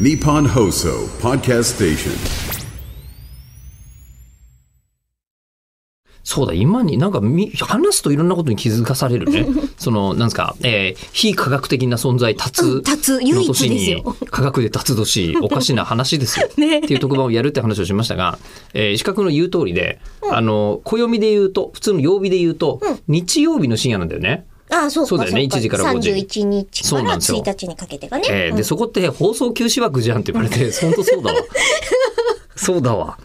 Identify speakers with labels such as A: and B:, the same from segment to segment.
A: Nippon Hoso Podcast Station.
B: そうだ、今になんかみ話すといろんなことに気づかされる ね。その、なんですか、えー非科学的な存在、立つ。
C: ん立つ唯一ですよ
B: の年に科学で立つ 年、おかしな話ですよ。
C: ね
B: っていう特番をやるって話をしましたが、えー石川君の言う通りで、あの、暦で言うと、普通の曜日で言うと、日曜日の深夜なんだよね。
C: ああ、そうか。
B: そうだよね
C: そか
B: 1時から5時
C: 31日
B: そう
C: か
B: なん
C: ら
B: ですよ
C: 1日にかけてがね。
B: えーで、そこって放送休止枠じゃんって言われ て、本当そうだわ。そうだわ。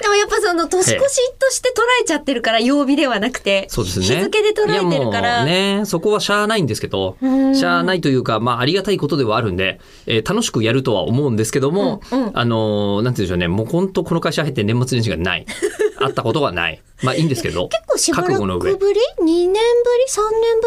C: でもやっぱその年越しとして捉えちゃってるから、曜日ではなくて。
B: そうですね。
C: 日付で捉えてるか
B: いやも
C: ら。
B: うね、そこはしゃあないんですけど、しゃあないというか、まあありがたいことではあるんで、えー楽しくやるとは思うんですけども、あのーなんて言うんでしょうね、もう本当この会社入って年末年始が ない。あったことがない。まあいいんですけど、
C: 結構しば
B: 覚
C: ら
B: 悟の上
C: く。ぶり ?2 年ぶり ?3 年ぶ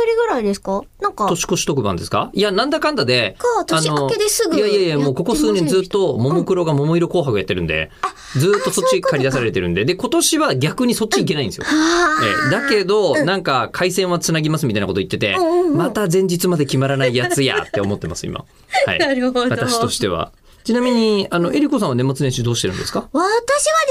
C: りぐらいですかなんか。
B: 年越し特番ですかいや、なんだかんだで、
C: か年明けですぐ
B: いやいやいや、も
C: や
B: う
C: っ
B: こ
C: て
B: こ
C: ませ
B: 数
C: んでした
B: 年ずっと、ももクロが桃色紅白やってるんで、ずっとそっち借り出されてるんで、で、今年は逆にそっち行けないんですよ。
C: あー
B: ええだけど、なんか回線はつなぎますみたいなこと言ってて、
C: んうんうん
B: また前日まで決まらないやつやって思ってます 今、はい、
C: なるほど
B: 私としてはちなみにあのえりこさんは年末年始どうしてるんです か
C: 私は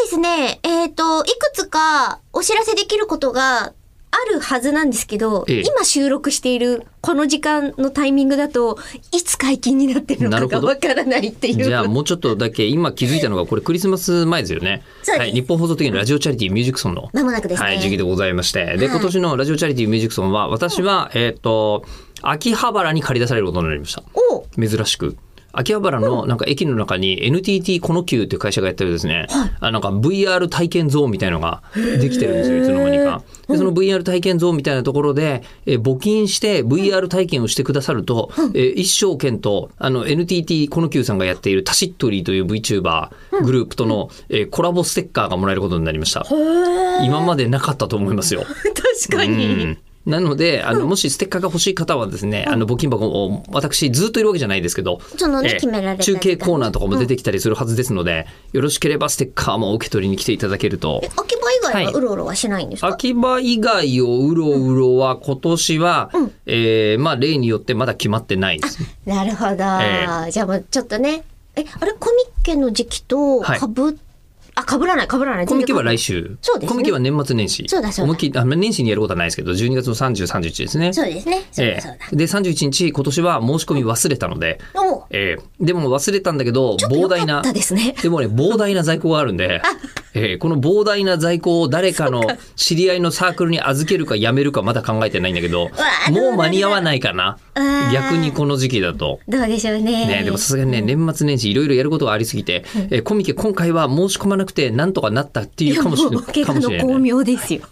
C: ですね、えっ、と、いくつかお知らせできることがあるはずなんですけど、
B: ええ
C: 今収録しているこの時間のタイミングだといつ解禁になってる
B: なる
C: の
B: ほ
C: か
B: ど
C: がわからないっていう。
B: じゃあもうちょっとだけ今気づいたのがこれクリスマス前ですよね
C: そうで
B: は
C: す
B: い、日本放送的なラジオチャリティーミュージックソンの
C: 間もなくですね
B: はい、時期でございましてで今年のラジオチャリティーミュージックソンは私は、えっ、と秋葉原に借り出されることになりました
C: お
B: 珍しく秋葉原のなんか駅の中に NTT この Q という会社がやってるですね、あなんか VR 体験ゾーンみたいのができてるんですよいつの間にか。でその VR 体験ゾーンみたいなところで、えー募金して VR 体験をしてくださると、えー一生懸とあの NTT この Q さんがやっているタシットリーという VTuber グループとの、えーコラボステッカーがもらえることになりました。今までなかったと思いますよ。
C: 確かに。
B: うんなので、あの、もしステッカーが欲しい方はですね、あの、募金箱を、私、ずっといるわけじゃないですけど、
C: そのね
B: ええ
C: 決められた
B: 中継コーナーとかも出てきたりするはずですので、よろしければステッカーも受け取りに来ていただけると。
C: 秋葉以外
B: は
C: はいはうろうろはしないんですか、
B: 秋葉以外をうろうろは、今年は、えーまあ、例によってまだ決まってないです。
C: なるほど。
B: え
C: じゃあもうちょっとね。え、あれコミケの時期と
B: はい
C: かぶ、あ、かぶらない、かぶらない。
B: コミケは来
C: 週。
B: 週。
C: そうですね
B: コミケは年末年始。
C: そうだそうだ
B: 思いっきりあ年始にやることはないですけど、12月の30、31ですね。
C: そうですね。そう
B: え
C: だそうだ。
B: えで、31日、今年は申し込み忘れたので、
C: おう
B: えーでも忘れたんだけど、
C: ちょっと
B: 膨
C: 良か
B: 大
C: っ
B: な。
C: たですね。
B: でもね、膨大な在庫があるんで、えーこの膨大な在庫を誰かの知り合いのサークルに預けるかやめるかまだ考えてないんだけど
C: ー、ど
B: も
C: うなる
B: う間に合わないかな
C: う。ん
B: 逆にこの時期だと。
C: どうでしょうね。
B: ね、でもさすがにね、年末年始いろいろやることがありすぎて、えーコミケ今回は申し込まなくてなんとかなったっていうかもし
C: いやもう怪
B: か
C: 我
B: もしれ
C: の
B: ない
C: 巧。妙ですよ。